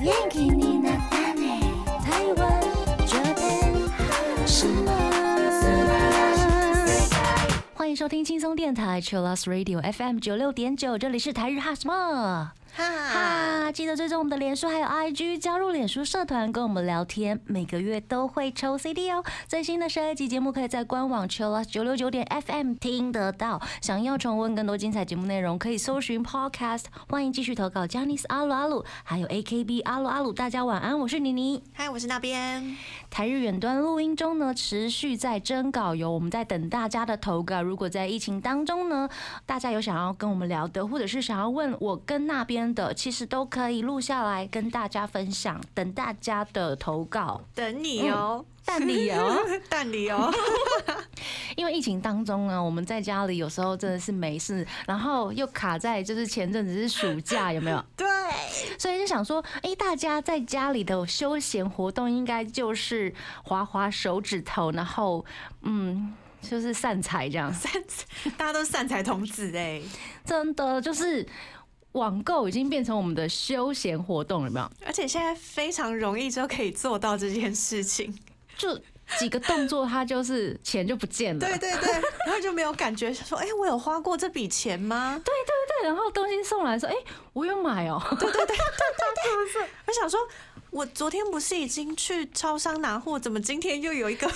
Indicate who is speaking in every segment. Speaker 1: 元気になったね台湾这边什么
Speaker 2: 欢迎收听轻松电台 Chillus Radio FM 九六点九，这里是台日哈什么
Speaker 3: 哈，
Speaker 2: 哈，记得追踪我们的脸书还有 IG，加入脸书社团跟我们聊天，每个月都会抽 CD 哦。最新的上一集节目可以在官网 Chillus 九六九点 FM 听得到。想要重温更多精彩节目内容，可以搜寻 Podcast。欢迎继续投稿 j a n i c e 阿鲁阿鲁，还有 AKB 阿鲁阿鲁。大家晚安，我是妮妮。
Speaker 3: 嗨，我是那边。
Speaker 2: 台日远端录音中呢，持续在征稿哟，我们在等大家的投稿。如果在疫情当中呢，大家有想要跟我们聊的，或者是想要问我跟那边的，其实都可以录下来跟大家分享，等大家的投稿。
Speaker 3: 等你哦，
Speaker 1: 嗯
Speaker 2: 但理由，
Speaker 3: 等你 哦。
Speaker 2: 因为疫情当中呢，我们在家里有时候真的是没事，然后又卡在就是前阵子是暑假，有没有？
Speaker 3: 对，
Speaker 2: 所以就想说，哎、大家在家里的休闲活动应该就是划划手指头，然后嗯，就是散财这样。
Speaker 3: 大家都是善财童子哎，
Speaker 2: 真的就是网购已经变成我们的休闲活动了，有没有？
Speaker 3: 而且现在非常容易就可以做到这件事情。
Speaker 2: 就几个动作，它就是钱就不见了。
Speaker 3: 对对对，然后就没有感觉说，哎、我有花过这笔钱吗？对，
Speaker 2: 对然后东西送来说，哎、我有买哦、
Speaker 3: 我想说，我昨天不是已经去超商拿货，怎么今天又有一个？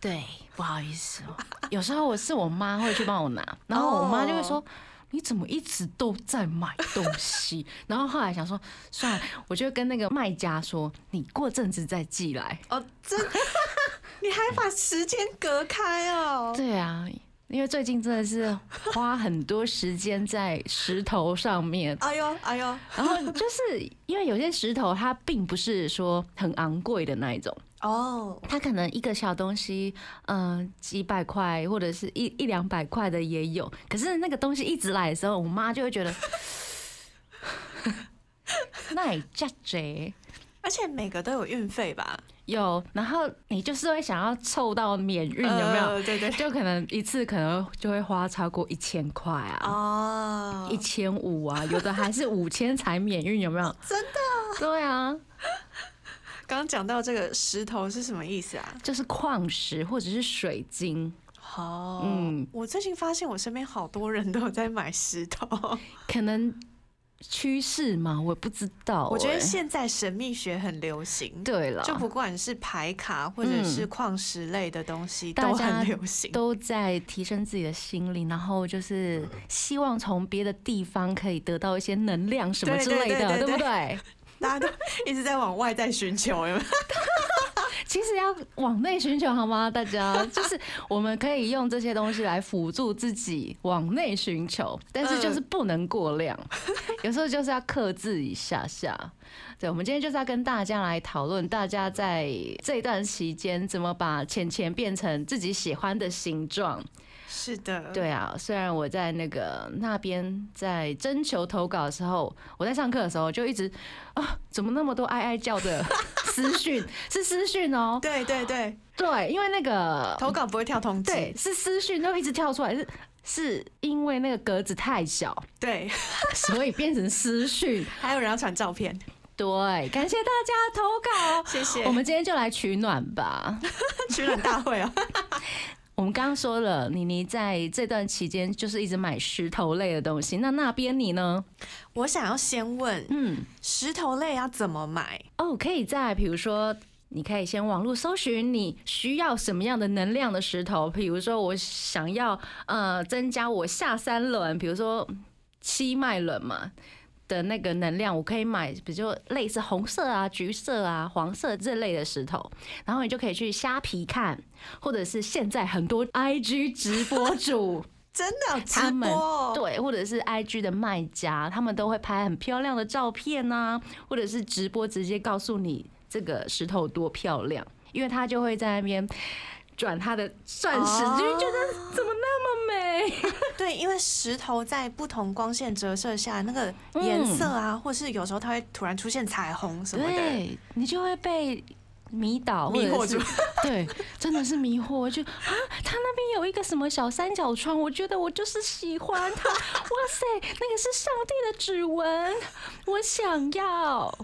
Speaker 2: 对，不好意思哦、 有时候我是我妈会去帮我拿，然后我妈就会说。
Speaker 3: 哦
Speaker 2: 你怎么一直都在买东西？ 然后后来想说，算了，我就跟那个卖家说，你过阵子再寄来。
Speaker 3: 哦，这你还把时间隔开哦。
Speaker 2: 对啊，因为最近真的是花很多时间在石头上面，
Speaker 3: 哎呦哎呦，
Speaker 2: 然后就是因为有些石头它并不是说很昂贵的那一种，
Speaker 3: 哦，
Speaker 2: 它可能一个小东西，嗯、几百块或者是一一两百块的也有。可是那个东西一直来的时候，我妈就会觉得， 那也价值
Speaker 3: 而且每个都有运费吧？
Speaker 2: 欸有，然后你就是会想要凑到免运，有没有？
Speaker 3: 呃对对对。
Speaker 2: 就可能一次可能就会花超过一千块啊，
Speaker 3: 哦
Speaker 2: 一千五啊，有的还是五千才免运，有没有？
Speaker 3: 真
Speaker 2: 的？对啊，
Speaker 3: 刚刚讲到这个石头是什么意思啊？
Speaker 2: 就是矿石或者是水晶，
Speaker 3: 哦，
Speaker 2: 嗯
Speaker 3: 嗯，我最近发现我身边好多人都有在买石头，
Speaker 2: 可能趋势嘛，我也不知道、
Speaker 3: 我觉得
Speaker 2: 欸啊
Speaker 3: 现在神秘学很流行，
Speaker 2: 对了，
Speaker 3: 就不管是牌卡或者是矿石类的东西、
Speaker 2: 嗯大
Speaker 3: 都
Speaker 2: 家
Speaker 3: 很流行。
Speaker 2: 都在提升自己的心灵，然后就是希望从别的地方可以得到一些能量什么
Speaker 3: 对
Speaker 2: 之
Speaker 3: 对
Speaker 2: 类的，
Speaker 3: 对对
Speaker 2: 不
Speaker 3: 对
Speaker 2: 对？
Speaker 3: 大家 都一直在往外在寻求，有没有？
Speaker 2: 其实要往内寻求好吗？大家 就是我们可以用这些东西来辅助自己往内寻求，但是就是不能过量， 有时候就是要克制一下下。对，我们今天就是要跟大家来讨论，大家在这段期间怎么把钱钱变成自己喜欢的形状。
Speaker 3: 是的，，
Speaker 2: 对啊，虽然我在那个那边在征求投稿的时候，我在上课的时候就一直啊，怎么那么多哀哀叫的 私讯？是私讯哦、
Speaker 3: 对对对，
Speaker 2: 对，因为那个
Speaker 3: 投稿不会跳通知，
Speaker 2: 对是私讯都一直跳出来，是是因为那个格子太小，
Speaker 3: 对，
Speaker 2: 所以变成私讯。
Speaker 3: 还有人要传照片，
Speaker 2: 对，感谢大家投稿。
Speaker 3: 谢谢。
Speaker 2: 我们今天就来取暖吧。
Speaker 3: 取暖大 会啊，
Speaker 2: 我们刚刚说了，妮妮在这段期间就是一直买石头类的东西。那那边你呢？
Speaker 3: 我想要先问
Speaker 2: 嗯，
Speaker 3: 石头类要怎么买？
Speaker 2: 哦，可以在比如说，你可以先网络搜寻你需要什么样的能量的石头，比如说我想要呃增加我下三轮，比如说七脉轮嘛。的那个能量，我可以买，比如说类似红色啊、橘色啊、黄色这类的石头，然后你就可以去虾皮看，或者是现在很多 IG 直播主
Speaker 3: 真的
Speaker 2: 他
Speaker 3: 直
Speaker 2: 们
Speaker 3: 播哦，
Speaker 2: 对，或者是 IG 的卖家，他们都会拍很漂亮的照片呐、或者是直播直接告诉你这个石头多漂亮，因为他就会在那边转他的钻石，
Speaker 3: 哦
Speaker 2: 就会觉得怎么那么美？
Speaker 3: 对，因为石头在不同光线折射下，那个
Speaker 2: 嗯
Speaker 3: 颜色啊，或是有时候它会突然出现彩虹什么的，
Speaker 2: 对你就会被。迷倒，
Speaker 3: 迷惑住，
Speaker 2: 对，真的是迷惑。就啊，他那边有一个什么小三角窗，我觉得我就是喜欢 它。哇塞，那个是上帝的指纹，我想要。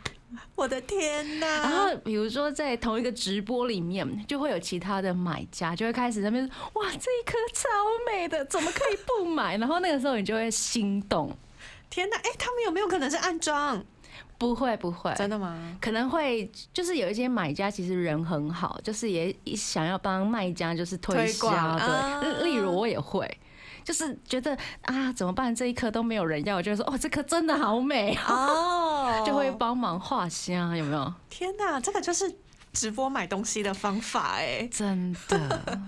Speaker 3: 我的天
Speaker 2: 然
Speaker 3: 哪！
Speaker 2: 后比如说在同一个直播里面，就会有其他的买家就会开始在那边说哇，这一颗超美的，怎么可以不买？ 然后那个时候你就会心动，
Speaker 3: 天哪！哎、他们有没有可能是暗装？
Speaker 2: 不会不会，
Speaker 3: 真的吗？
Speaker 2: 可能会就是有一些买家其实人很好，就是也想要帮卖家就是推销
Speaker 3: 推广
Speaker 2: 的
Speaker 3: 啊，
Speaker 2: 例例如我也会。就是觉得啊，怎么办？这一颗都没有人要，我就会说哦，这颗真的好美，
Speaker 3: 哦
Speaker 2: 就会帮忙画虾，有没有？
Speaker 3: 天哪，这个就是直播买东西的方法哎、
Speaker 2: 真的，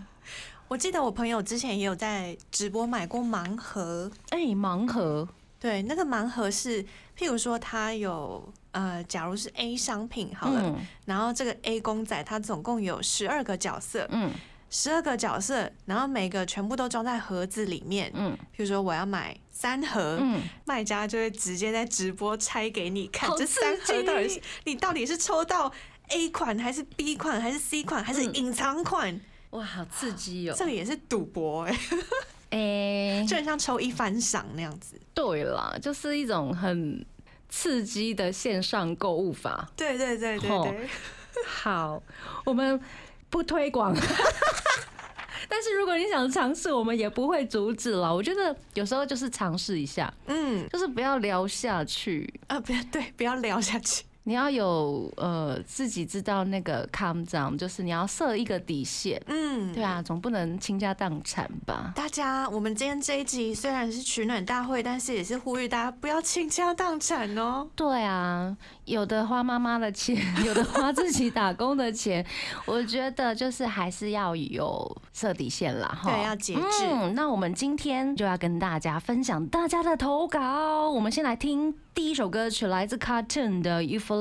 Speaker 3: 我记得我朋友之前也有在直播买过盲盒，
Speaker 2: 哎、盲盒，
Speaker 3: 对，那个盲盒是，譬如说它有呃，假如是 A 商品好了，
Speaker 2: 嗯
Speaker 3: 然后这个 A 公仔它总共有十二个角色，
Speaker 2: 嗯
Speaker 3: 十二个角色，然后每个全部都装在盒子里面。
Speaker 2: 嗯
Speaker 3: 譬如说我要买三盒，
Speaker 2: 嗯，
Speaker 3: 卖家就会直接在直播拆给你看
Speaker 2: 好，
Speaker 3: 这三
Speaker 2: 刺
Speaker 3: 盒
Speaker 2: 激
Speaker 3: 到底是你到底是抽到 A 款还是 B 款还是 C 款还是
Speaker 2: 嗯
Speaker 3: 隐藏款？
Speaker 2: 哇，好刺激哦
Speaker 3: 这！个也是赌博哎、
Speaker 2: 哎、
Speaker 3: 就很像抽一番赏那样子。
Speaker 2: 对啦，就是一种很刺激的线上购物法。
Speaker 3: 对对对对
Speaker 2: 吼
Speaker 3: 对，
Speaker 2: 好，我们不推 广。但是如果你想尝试，我们也不会阻止啦。我觉得有时候就是尝试一下，
Speaker 3: 嗯
Speaker 2: 就是不要聊下去，
Speaker 3: 啊，不要对，不要聊下去。
Speaker 2: 你要有呃自己知道那个 calm down，就是你要设一个底线。
Speaker 3: 嗯，
Speaker 2: 对啊，总不能倾家荡产吧？
Speaker 3: 大家，我们今天这一集虽然是取暖大会，但是也是呼吁大家不要倾家荡产哦。
Speaker 2: 对啊，有的花妈妈的钱，有的花自己打工的钱， 我觉得就是还是要有设底线啦，哈。
Speaker 3: 对，要节制。
Speaker 2: 嗯，那我们今天就要跟大家分享大家的投稿。我们先来听第一首歌曲，来自 Cartoon 的 Euphoria。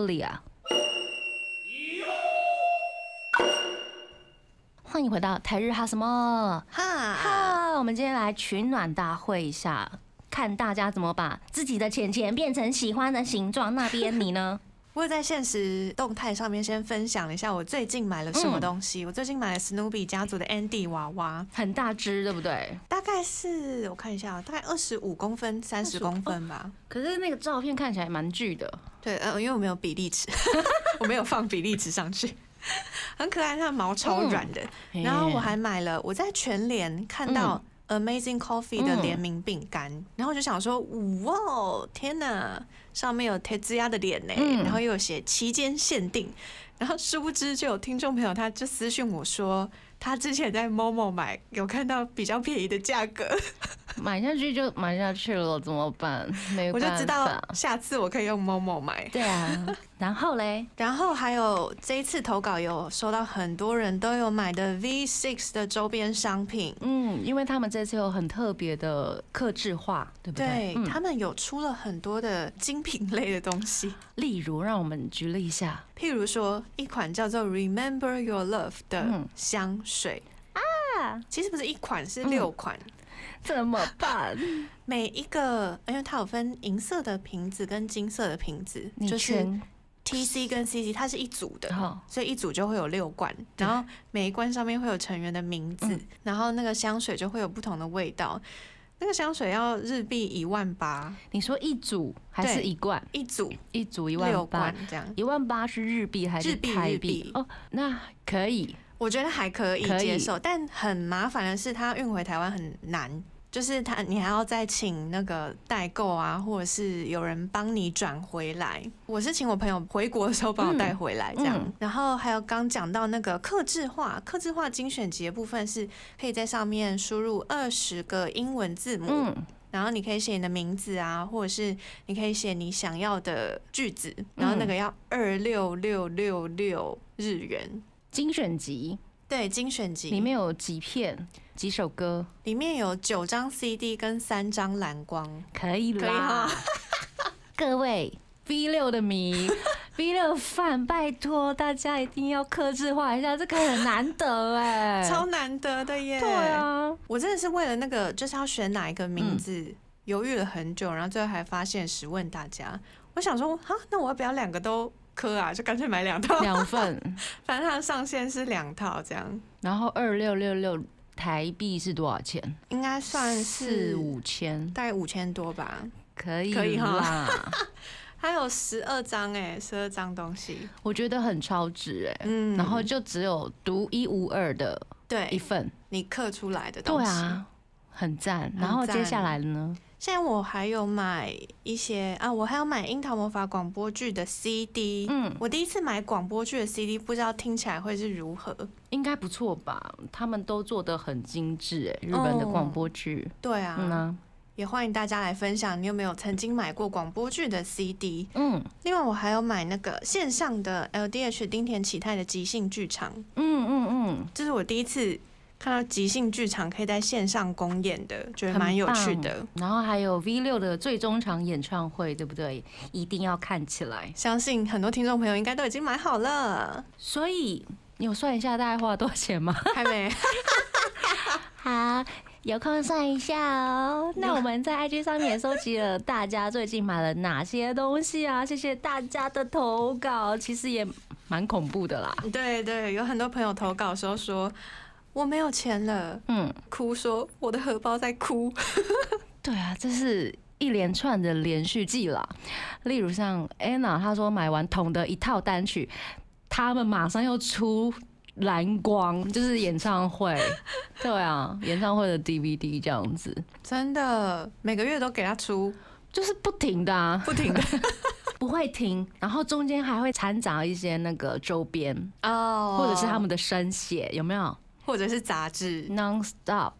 Speaker 2: 欢迎回到台日哈什么？
Speaker 3: 哈，
Speaker 2: 哈，啊我们今天来取暖大会一下，看大家怎么把自己的钱钱变成喜欢的形状。那边你 呢？
Speaker 3: 我有在现实动态上面先分享了一下我最近买了什么东西。我最近买了史努比家族的 Andy 娃娃，
Speaker 2: 很大只，对不对？
Speaker 3: 大概是我看一下哦，大概二十五公分、三十公分吧。
Speaker 2: 可是那个照片看起来蛮巨的，
Speaker 3: 对，呃，因为我没有比例尺， 我没有放比例尺上去，很可爱，它的毛超软的。
Speaker 2: 哎
Speaker 3: 然后我还买了，我在全联看到
Speaker 2: 嗯
Speaker 3: Amazing Coffee 的联名饼干，然后我就想说，哇哦，天哪，上面有 t e z u y a 的脸呢、
Speaker 2: 嗯
Speaker 3: 然后又有写期间限定，然后殊不知就有听众朋友他就私讯我说，他之前在 Momo 买有看到比较便宜的价格，
Speaker 2: 买下去就买下去了，怎么办？ 没
Speaker 3: 我就
Speaker 2: 办法。
Speaker 3: 知道下次我可以用 Momo 买。
Speaker 2: 对啊，然后嘞，
Speaker 3: 然后还有这一次投稿有收到很多人都有买的 V6 的周边商品，
Speaker 2: 嗯，因为他们这次有很特别的克制化，对不
Speaker 3: 对、
Speaker 2: 嗯
Speaker 3: 他们有出了很多的精品类的东 西，
Speaker 2: 例如，让我们举例一下，
Speaker 3: 譬如说一款叫做 Remember Your Love 的
Speaker 2: 嗯
Speaker 3: 香水、
Speaker 2: 啊嗯
Speaker 3: 啊，其实不是一款，是六款。
Speaker 2: 怎么办？
Speaker 3: 每一个，因为它有分银色的瓶子跟金色的瓶子，
Speaker 2: 你
Speaker 3: 就是
Speaker 2: 全
Speaker 3: TC 跟 CC，它是一组的，
Speaker 2: 好
Speaker 3: 所以一组就会有六罐，
Speaker 2: 对嗯
Speaker 3: 然后每一罐上面会有成员的名字，然后那个香水就会有不同的味道。那个香水要日币一万八
Speaker 2: 你说一组还是
Speaker 3: 对
Speaker 2: 一罐？
Speaker 3: 一组，
Speaker 2: 一组一
Speaker 3: 六
Speaker 2: 万八
Speaker 3: 罐，这样，
Speaker 2: 一万八是日币还是
Speaker 3: 日币
Speaker 2: 台
Speaker 3: 日币
Speaker 2: 哦，那可以，
Speaker 3: 我觉得还可以
Speaker 2: 可以
Speaker 3: 接受，但很麻烦的是它运回台湾很难。就是它，你还要再请那个代购啊，或者是有人帮你转回来。我是请我朋友回国的时候帮我带回来这样。
Speaker 2: 嗯嗯
Speaker 3: 然后还有刚讲到那个克制化，克制化精选集的部分是可以在上面输入二十个英文字母，
Speaker 2: 嗯，
Speaker 3: 然后你可以写你的名字啊，或者是你可以写你想要的句子，然后那
Speaker 2: 嗯
Speaker 3: 个要二六六六六日元。
Speaker 2: 精选集
Speaker 3: 对，精选集
Speaker 2: 里面有几片几首歌，
Speaker 3: 里面有九张 CD 跟三张蓝光，
Speaker 2: 可以
Speaker 3: 可以
Speaker 2: 啦
Speaker 3: 哈，
Speaker 2: 各位 V 六的 迷。V 六饭，拜托大家一定要克制化一下，这个很难得哎、
Speaker 3: 超难得的耶！
Speaker 2: 对， 啊，
Speaker 3: 我真的是为了那个就是要选哪一个名字
Speaker 2: 嗯
Speaker 3: 犹豫了很久，然后最后还发现实问大家，我想说哈，那我要不要两个都磕啊？就干脆买两套，
Speaker 2: 两份，
Speaker 3: 反正它的上限是两套这样。
Speaker 2: 然后二六六六台币是多少钱？
Speaker 3: 应该算
Speaker 2: 四
Speaker 3: 是
Speaker 2: 五千，
Speaker 3: 大概五千多吧，
Speaker 2: 可以
Speaker 3: 可以哈
Speaker 2: 啦。
Speaker 3: 它有十二张哎，十二张东西，
Speaker 2: 我觉得很超值哎、
Speaker 3: 嗯
Speaker 2: 然后就只有独一无二的一
Speaker 3: 对
Speaker 2: 份，
Speaker 3: 你刻出来的东
Speaker 2: 哎对
Speaker 3: 西。
Speaker 2: 啊，很赞。
Speaker 3: 很
Speaker 2: 然后接
Speaker 3: 赞
Speaker 2: 下来呢？
Speaker 3: 现在我还有买一些啊，我还有买《樱桃魔法》广播剧的 CD。
Speaker 2: 嗯，
Speaker 3: 我第一次买广播剧的 CD，不知道听起来会是如何。
Speaker 2: 应该不错吧？他们都做的很精致哎、日本的广播剧，
Speaker 3: 对啊，
Speaker 2: 嗯啊，
Speaker 3: 也欢迎大家来分享你有没有曾经买过广播剧的 CD。
Speaker 2: 嗯
Speaker 3: 另外，我还有买那个线上的 LDH 丁田启泰的即兴剧场，
Speaker 2: 嗯嗯
Speaker 3: 这是我第一次看到即兴剧场可以在线上公演的，觉得
Speaker 2: 很
Speaker 3: 蛮有趣
Speaker 2: 棒
Speaker 3: 的
Speaker 2: 嗯。，然后还有 V 六的最终场演唱会，对不对？一定要看起来。
Speaker 3: 相信很多听众朋友应该都已经买 好了，
Speaker 2: 所以你有算一下大概花了多少钱吗？
Speaker 3: 还没？
Speaker 2: 好，有空算一下 哦。那我们在 IG 上面也收集了大家最近买了哪些东西啊？谢谢大家的投稿，其实也蛮恐怖的 啦。
Speaker 3: 对对，有很多朋友投稿的时候说我没有钱了，
Speaker 2: 嗯，
Speaker 3: 哭说我的荷包在哭。
Speaker 2: 对啊，这是。一连串的连续剧啦，例如像 Anna，她说买完同的一套单曲，他们马上又出蓝光，就是演唱会， 对啊，演唱会的 DVD 这样子，
Speaker 3: 真的，每个月都给他出，
Speaker 2: 就是不停的啊，
Speaker 3: 不 停的
Speaker 2: 不会停，然后中间还会掺杂一些那个周边，
Speaker 3: 哦
Speaker 2: 或者是他，们的生写，有没有
Speaker 3: 或者是杂志，
Speaker 2: ？Non stop，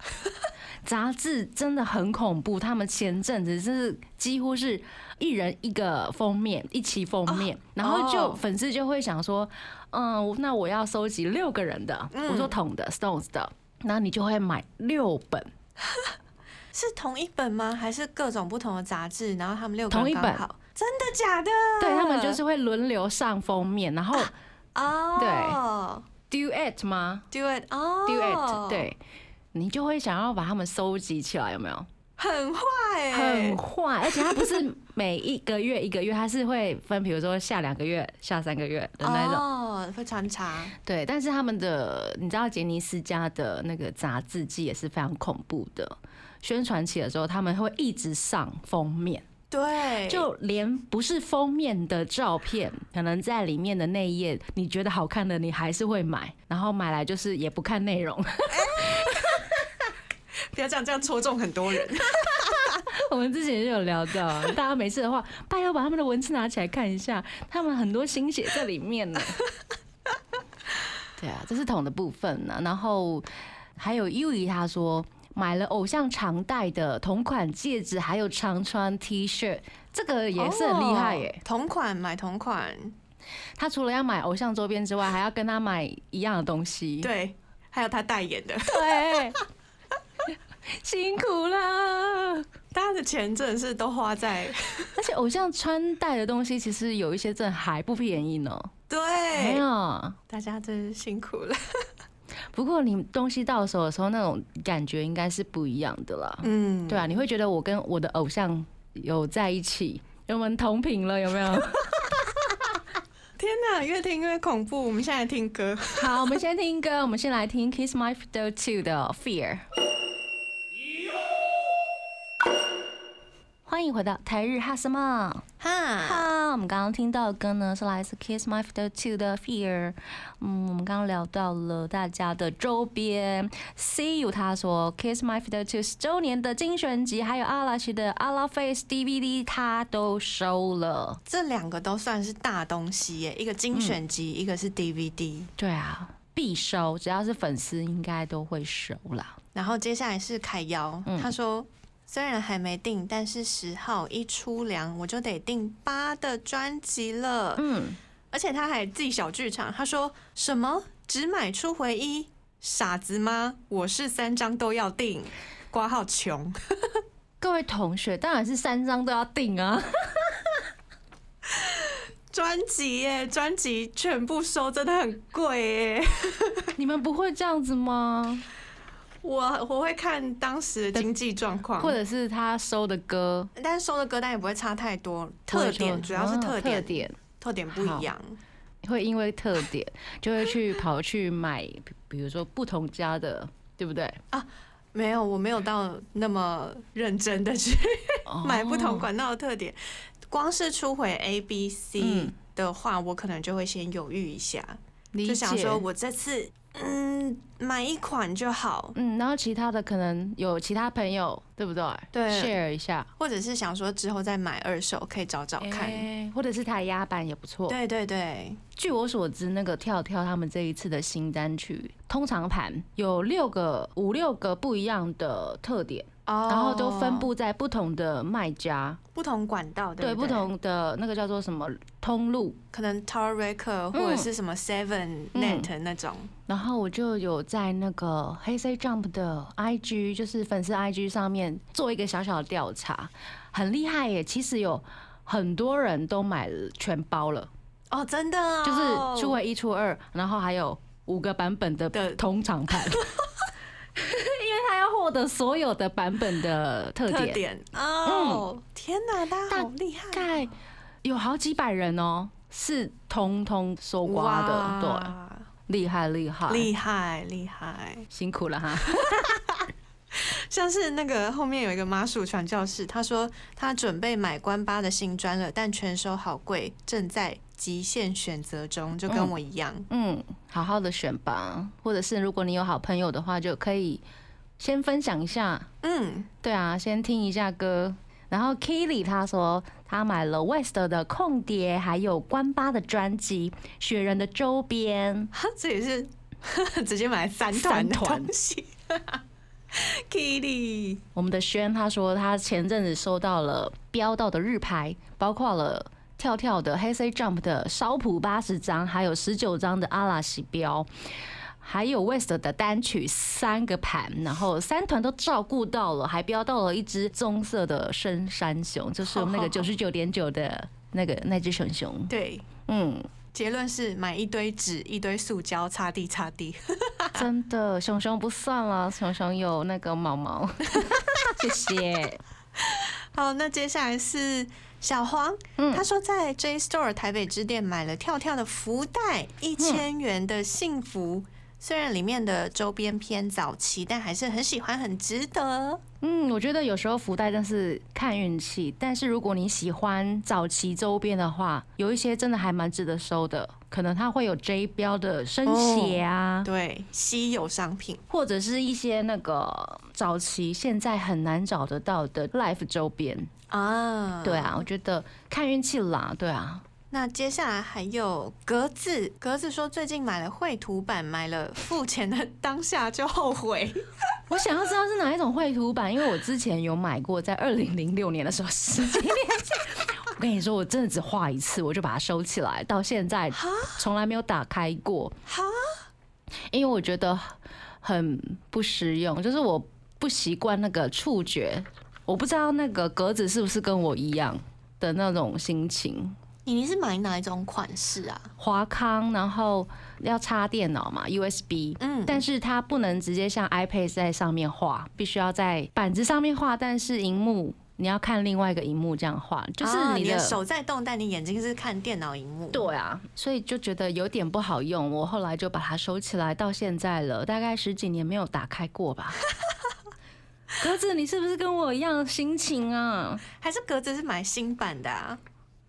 Speaker 2: 杂志真的很恐怖。他们前阵子就是几乎是一人一个封面，一期封面，然后就
Speaker 3: 哦
Speaker 2: 粉丝就会想说，嗯，那我要收集六个人的，
Speaker 3: 嗯
Speaker 2: 我说桶的 Stones 的，那你就会买六本，
Speaker 3: 啊是同一本吗？还是各种不同的杂志？然后他们六个
Speaker 2: 同一
Speaker 3: 人刚
Speaker 2: 本
Speaker 3: 好，真的假的？
Speaker 2: 对他们就是会轮流上封面，然 后
Speaker 3: 哦，
Speaker 2: duet 吗？
Speaker 3: 对，duet 哦
Speaker 2: duet，，对，你就会想要把它们收集起来，有没有？
Speaker 3: 很坏欸，
Speaker 2: 很坏，而且它不是每一个月一个月，它是会分，比如说下两个月、下三个月的那种。
Speaker 3: 哦，会穿插，
Speaker 2: 对，但是他们的，你知道杰尼斯家的那个杂志季也是非常恐怖的。宣传起的时候，他们会一直上封面，
Speaker 3: 对，
Speaker 2: 就连不是封面的照片，可能在里面的那一页，你觉得好看的，你还是会买，然后买来就是也不看内容，
Speaker 3: 不要这样，这样戳中很多人。
Speaker 2: 我们之前也有聊到啊，大家没事的话，拜托把他们的文字拿起来看一下，他们很多心血在里面呢。 对啊，这是桶的部分呢、然后还有 U 怡他说买了偶像常戴的同款戒指，还有常穿 T 恤，这个也是很厉害耶、
Speaker 3: 哦 同款买同款，
Speaker 2: 他除了要买偶像周边之外，还要跟他买一样的东西。
Speaker 3: 对，还有他代言的，
Speaker 2: 对， 辛苦了。
Speaker 3: 大家的钱真的是都花 在
Speaker 2: 而且偶像穿戴的东西，其实有一些真的还不便宜呢。没
Speaker 3: 对，
Speaker 2: 有，
Speaker 3: 大家真是辛苦了。
Speaker 2: 不过你东西到手的时候，那种感觉应该是不一样的啦。
Speaker 3: 嗯，
Speaker 2: 对啊，你会觉得我跟我的偶像有在一起，我们同频了，有没 有？
Speaker 3: 天哪，越听越恐怖。我们现在来听歌，
Speaker 2: 好，我们先听歌，我们先来听《Kiss My Fiddle Too》的《Fear》。欢迎回到台日哈什么？
Speaker 3: 哈，
Speaker 2: 好，我们刚刚听到的歌呢是来自《Kiss My Fiddle Two》的《Fear》。嗯，我们刚刚聊到了大家的周边。See you，他说《Kiss My Fiddle Two》十周年的精选集，还有阿拉西的《阿拉 Face》DVD，他都收了。
Speaker 3: 这两个都算是大东西耶，一个精选集，一个是 DVD。
Speaker 2: 对啊，必收，只要是粉丝应该都会收啦。
Speaker 3: 然后接下来是凯瑶，
Speaker 2: 嗯
Speaker 3: 他说虽然还没订，但是十号一出粮我就得订八的专辑了，
Speaker 2: 嗯，
Speaker 3: 而且他还自己小剧场，他说什么只买初回一，傻子吗？我是三张都要订，挂号穷，
Speaker 2: 各位同学，当然是三张都要订 啊。
Speaker 3: 专辑耶，专辑全部收真的很贵耶，
Speaker 2: 你们不会这样子吗？
Speaker 3: 我我会看当时的经济状况，
Speaker 2: 或者是他收的歌
Speaker 3: 但是收的歌单也不会差太多，特点主要是
Speaker 2: 啊
Speaker 3: 特
Speaker 2: 特
Speaker 3: 点，
Speaker 2: 点。
Speaker 3: 特点不一样。
Speaker 2: 会因为特 点就会去跑去买，比比如说不同家的，对不对？
Speaker 3: 没有，我没有到那么认真的去 买不
Speaker 2: 哦
Speaker 3: 同管道的特点。光是初回 A、B、C
Speaker 2: 嗯
Speaker 3: 的话，我可能就会先犹豫一下，
Speaker 2: 理
Speaker 3: 就想
Speaker 2: 解
Speaker 3: 说我这次嗯买一款就好，
Speaker 2: 嗯，然后其他的可能有其他朋友，对不对？
Speaker 3: 对
Speaker 2: ，share 一下，
Speaker 3: 或者是想说之后再买二手可以找找看。
Speaker 2: 哎或者是他的压版也不错。
Speaker 3: 对对对，
Speaker 2: 据我所知，那个跳跳他们这一次的新单曲，通常盘有六个、五六个不一样的特点，
Speaker 3: 哦
Speaker 2: 然后都分布在不同的卖家，
Speaker 3: 不同管道，对
Speaker 2: 对
Speaker 3: 不
Speaker 2: 不
Speaker 3: 对，
Speaker 2: 同的那个叫做什么通路。
Speaker 3: 可能 Tower Record 或者是什么 Seven
Speaker 2: 嗯
Speaker 3: Net 那种，
Speaker 2: 然后我就有在那个黑 C Jump 的 IG，就是粉丝 IG 上面做一个小小的调查，很厉害耶！其实有很多人都买了全包了，
Speaker 3: 哦，真的、哦，
Speaker 2: 就是初回一、初二，然后还有五个版本的
Speaker 3: 的
Speaker 2: 通常 盘，因为他要获得所有的版本的特
Speaker 3: 特
Speaker 2: 点，
Speaker 3: 点哦，天哪，大家好厉害
Speaker 2: 嗯大，概有好几百人哦，是通通搜刮的，
Speaker 3: 哇
Speaker 2: 对，厉害厉害，
Speaker 3: 厉害厉害，
Speaker 2: 辛苦了哈，
Speaker 3: 像是那个后面有一个马术传教士，他说他准备买关八的新专了，但全收好贵，正在极限选择中，就跟我一样。
Speaker 2: 嗯，好好的选吧，或者是如果你有好朋友的话，就可以先分享一下
Speaker 3: 嗯，
Speaker 2: 对啊，先听一下歌。然后 Kelly 他说他买了 West 的空碟，还有关八的专辑、雪人的周边。
Speaker 3: 他 这也是直接买三团
Speaker 2: 三
Speaker 3: 的
Speaker 2: 团
Speaker 3: 东西。Kitty，
Speaker 2: 我们的轩他说他前阵子收到了标到的日牌，包括了。跳跳的黑 C Jump 的烧谱八十张，还有十九张的阿拉西标，还有 West 的单曲三个盘，然后三团都照顾到了，还标到了一只棕色的深山熊，就是我们那个
Speaker 3: 好
Speaker 2: 九
Speaker 3: 好
Speaker 2: 十九点九的那个那只熊熊。
Speaker 3: 对，
Speaker 2: 嗯，
Speaker 3: 结论是买一堆纸、一堆塑胶，擦地擦地。
Speaker 2: 真的，熊熊不算了，熊熊有那个毛 毛，谢谢。
Speaker 3: 好，那接下来是小黄，
Speaker 2: 嗯
Speaker 3: 他说在 J Store 台北支店买了跳跳的福袋，一千元的幸福。虽然里面的周边偏早期，但还是很喜欢，很值得。
Speaker 2: 嗯，我觉得有时候福袋真是看运气，但是如果你喜欢早期周边的话，有一些真的还蛮值得收的，可能它会有 J 标的生写啊，
Speaker 3: 对，稀有商品。
Speaker 2: 或者是一些那个早期现在很难找得到的 Life 周边。
Speaker 3: 啊，
Speaker 2: 对啊，我觉得看运气啦，对啊，
Speaker 3: 那接下来还有格子，格子说最近买了绘图板，买了付钱的当下就后 悔。
Speaker 2: 我想要知道是哪一种绘图板，因为我之前有买过，在二零零六年的时候，十几年前。我跟你说，我真的只画一次，我就把它收起来，到现在从来没有打开过。
Speaker 3: 哈，
Speaker 2: 因为我觉得很不实用，就是我不习惯那个触觉，我不知道那个格子是不是跟我一样的那种心情。
Speaker 3: 你你是买哪一种款式啊？
Speaker 2: 华康，然后要插电脑嘛，USB，
Speaker 3: 嗯
Speaker 2: 但是它不能直接像 iPad 在上面画，必须要在板子上面画，但是荧幕你要看另外一个荧幕这样画，就是
Speaker 3: 啊
Speaker 2: 你
Speaker 3: 你
Speaker 2: 的。
Speaker 3: 手在动，但你眼睛是看电脑荧幕。
Speaker 2: 对啊，所以就觉得有点不好用，我后来就把它收起来，到现在了，大概十几年没有打开过 吧。格子，你是不是跟我一样心情啊？
Speaker 3: 还是格子是买新版的啊？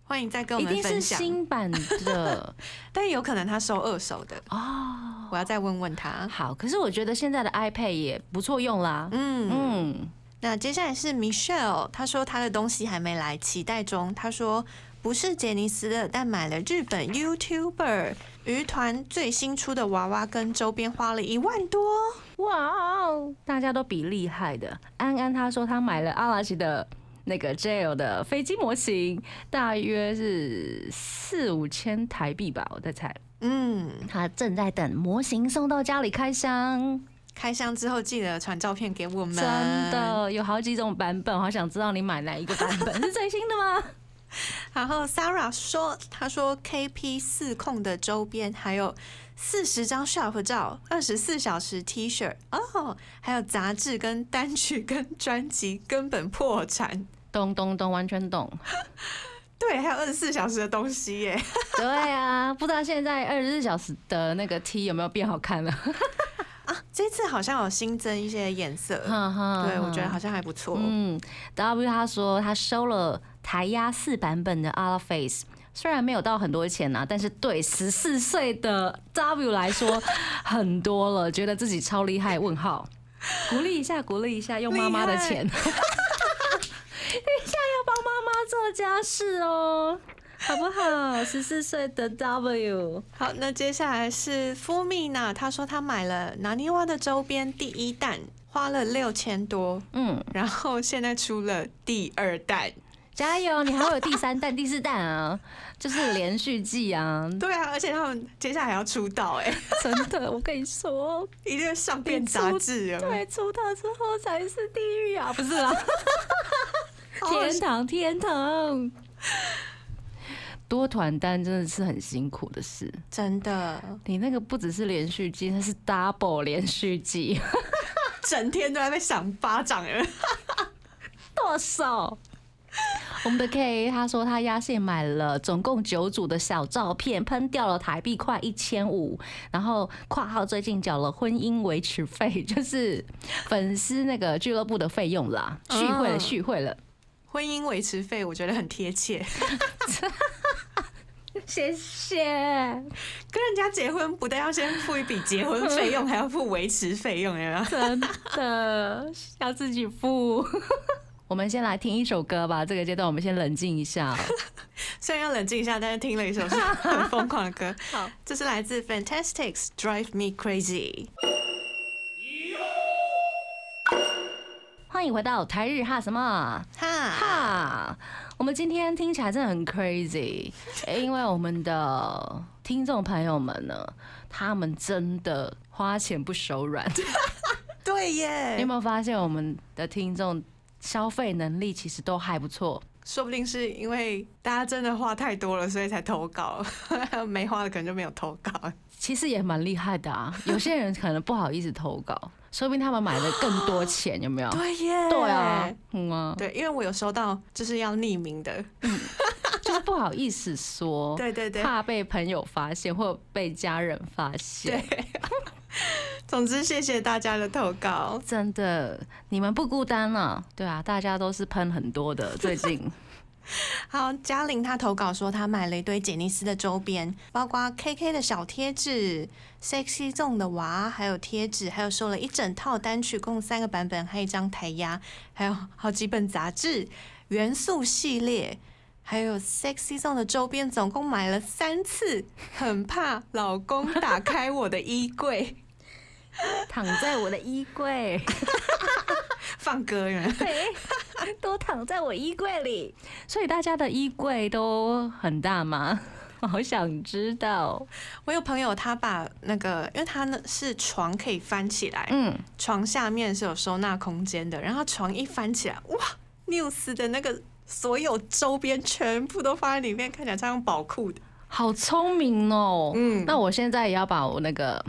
Speaker 3: 欢迎再跟我
Speaker 2: 一
Speaker 3: 们
Speaker 2: 定是
Speaker 3: 分享。
Speaker 2: 新版的
Speaker 3: 但有可能他收二手的，
Speaker 2: 哦。
Speaker 3: 我要再问问他。
Speaker 2: 好，可是我觉得现在的 iPad 也不错用啦。
Speaker 3: 嗯，
Speaker 2: 嗯，
Speaker 3: 那接下来是 Michelle，他说他的东西还没来，期待中。他说不是杰尼斯的，但买了日本 YouTuber 鱼团最新出的娃娃跟周边，花了一万多。
Speaker 2: 哇哦，大家都比厉害的。安安他说他买了阿拉西的那个 Jail 的飞机模型，大约是四五千台币吧，我在猜。
Speaker 3: 嗯，
Speaker 2: 他正在等模型送到家里开箱，
Speaker 3: 开箱之后记得传照片给我们。
Speaker 2: 真，的有好几种版本，好想知道你买哪一个版本是最新的 吗？
Speaker 3: 然后 Sarah 说，她说 KP 四控的周边还有四十张 shop 照、二十四小时 T 恤哦，还有杂志跟单曲跟专辑根本破产。
Speaker 2: 懂懂懂，完全懂。
Speaker 3: 对，还有二十四小时的东西耶。
Speaker 2: 对啊，不知道现在二十四小时的那个 T 有没有变好看了？
Speaker 3: 啊， 这次好像有新增一些颜色，
Speaker 2: 哈哈
Speaker 3: 对我觉得好像还不错。
Speaker 2: 嗯，W 他说他收了台压四版本的 Alpha Face。虽然没有到很多钱啊，但是对十四岁的 W 来说很多了，觉得自己超厉害。问号，鼓励一下，鼓励一下，用妈妈的钱，等一 下要帮妈妈做家事哦，好不好？十四岁的 W，
Speaker 3: 好，那接下来是 Fumina，她说她买了拿尼蛙的周边第一弹，花了六千多，
Speaker 2: 嗯，
Speaker 3: 然后现在出了第二弹。
Speaker 2: 加油，你还会有第三弹、第四弹啊，就是连续剧啊，
Speaker 3: 对啊，而且他们接下来还要出道、哎，
Speaker 2: 真的，我跟你说，
Speaker 3: 一定会上遍杂志啊有没有
Speaker 2: 对，出道之后才是地狱嗯啊，不是 啦。
Speaker 3: 好好
Speaker 2: 天堂，天堂。多团单真的是很辛苦的事，
Speaker 3: 真的，
Speaker 2: 你那个不只是连续剧，它是 double 连续剧，
Speaker 3: 整天都在被赏巴掌了。
Speaker 2: 剁手。我们的 K 他说他压线买了总共九组的小照片，喷掉了台币快一千五，然后括号最近缴了婚姻维持费，就是粉丝那个俱乐部的费用啦，
Speaker 3: 哦
Speaker 2: 续会了，续会了，
Speaker 3: 婚姻维持费我觉得很贴切，
Speaker 2: 谢谢。
Speaker 3: 跟人家结婚不但要先付一笔结婚 费用，还要付维持费用，有没有？
Speaker 2: 真的要自己付。 我们先来听一首歌吧，这个阶段我们先冷静一下 哦。
Speaker 3: 虽然要冷静一下，但是听了一首 是很疯狂的歌。好，这是来自 Fantastics《Drive Me Crazy》。
Speaker 2: 欢迎回到台日哈什么
Speaker 3: 哈，
Speaker 2: 哈？我们今天听起来真的很 crazy，诶因为我们的听众朋友们呢，他们真的花钱不手软。
Speaker 3: 对
Speaker 2: 你有
Speaker 3: 耶，
Speaker 2: 没有发现我们的听众消费能力其实都还不错？
Speaker 3: 说不定是因为大家真的话太多了，所以才投稿， 没话的可能就没有投稿。
Speaker 2: 其实也蛮厉害的啊。有些人可能不好意思投稿，说不定他们买了更多钱，有没有？
Speaker 3: 对耶，
Speaker 2: 对啊，，嗯啊，
Speaker 3: 对，因为我有收到就是要匿名的，
Speaker 2: 就是不好意思说，
Speaker 3: 对对对，
Speaker 2: 怕被朋友发现或被家人发现。
Speaker 3: 总之谢谢大家的投稿。
Speaker 2: 真的，你们不孤单啊。对啊，大家都是喷很多的， 最近
Speaker 3: 好，嘉玲她投稿说她买了一堆杰尼斯的周边，包括 KK 的小贴纸、Sexy Zone 的娃，还有贴纸，还有收了一整套单曲，共三个版本，还有一张台压，还有好几本杂志，元素系列。还有 Sexy Zone 的周边，总共买了三次，很怕老公打开我的衣柜
Speaker 2: 躺在我的衣柜，
Speaker 3: 放歌人。
Speaker 2: 对，都躺在我衣柜里。所以大家的衣柜都很大吗？ 我好想知道。
Speaker 3: 我有朋友，他把那个，因为他呢是床可以翻起来，
Speaker 2: 嗯，
Speaker 3: 床下面是有收纳空间的，然后床一翻起来，哇，News 的那个所有周边全部都放在里面，看起来像宝库的
Speaker 2: 好聪明哦。
Speaker 3: 嗯
Speaker 2: 那我现在也要把我那个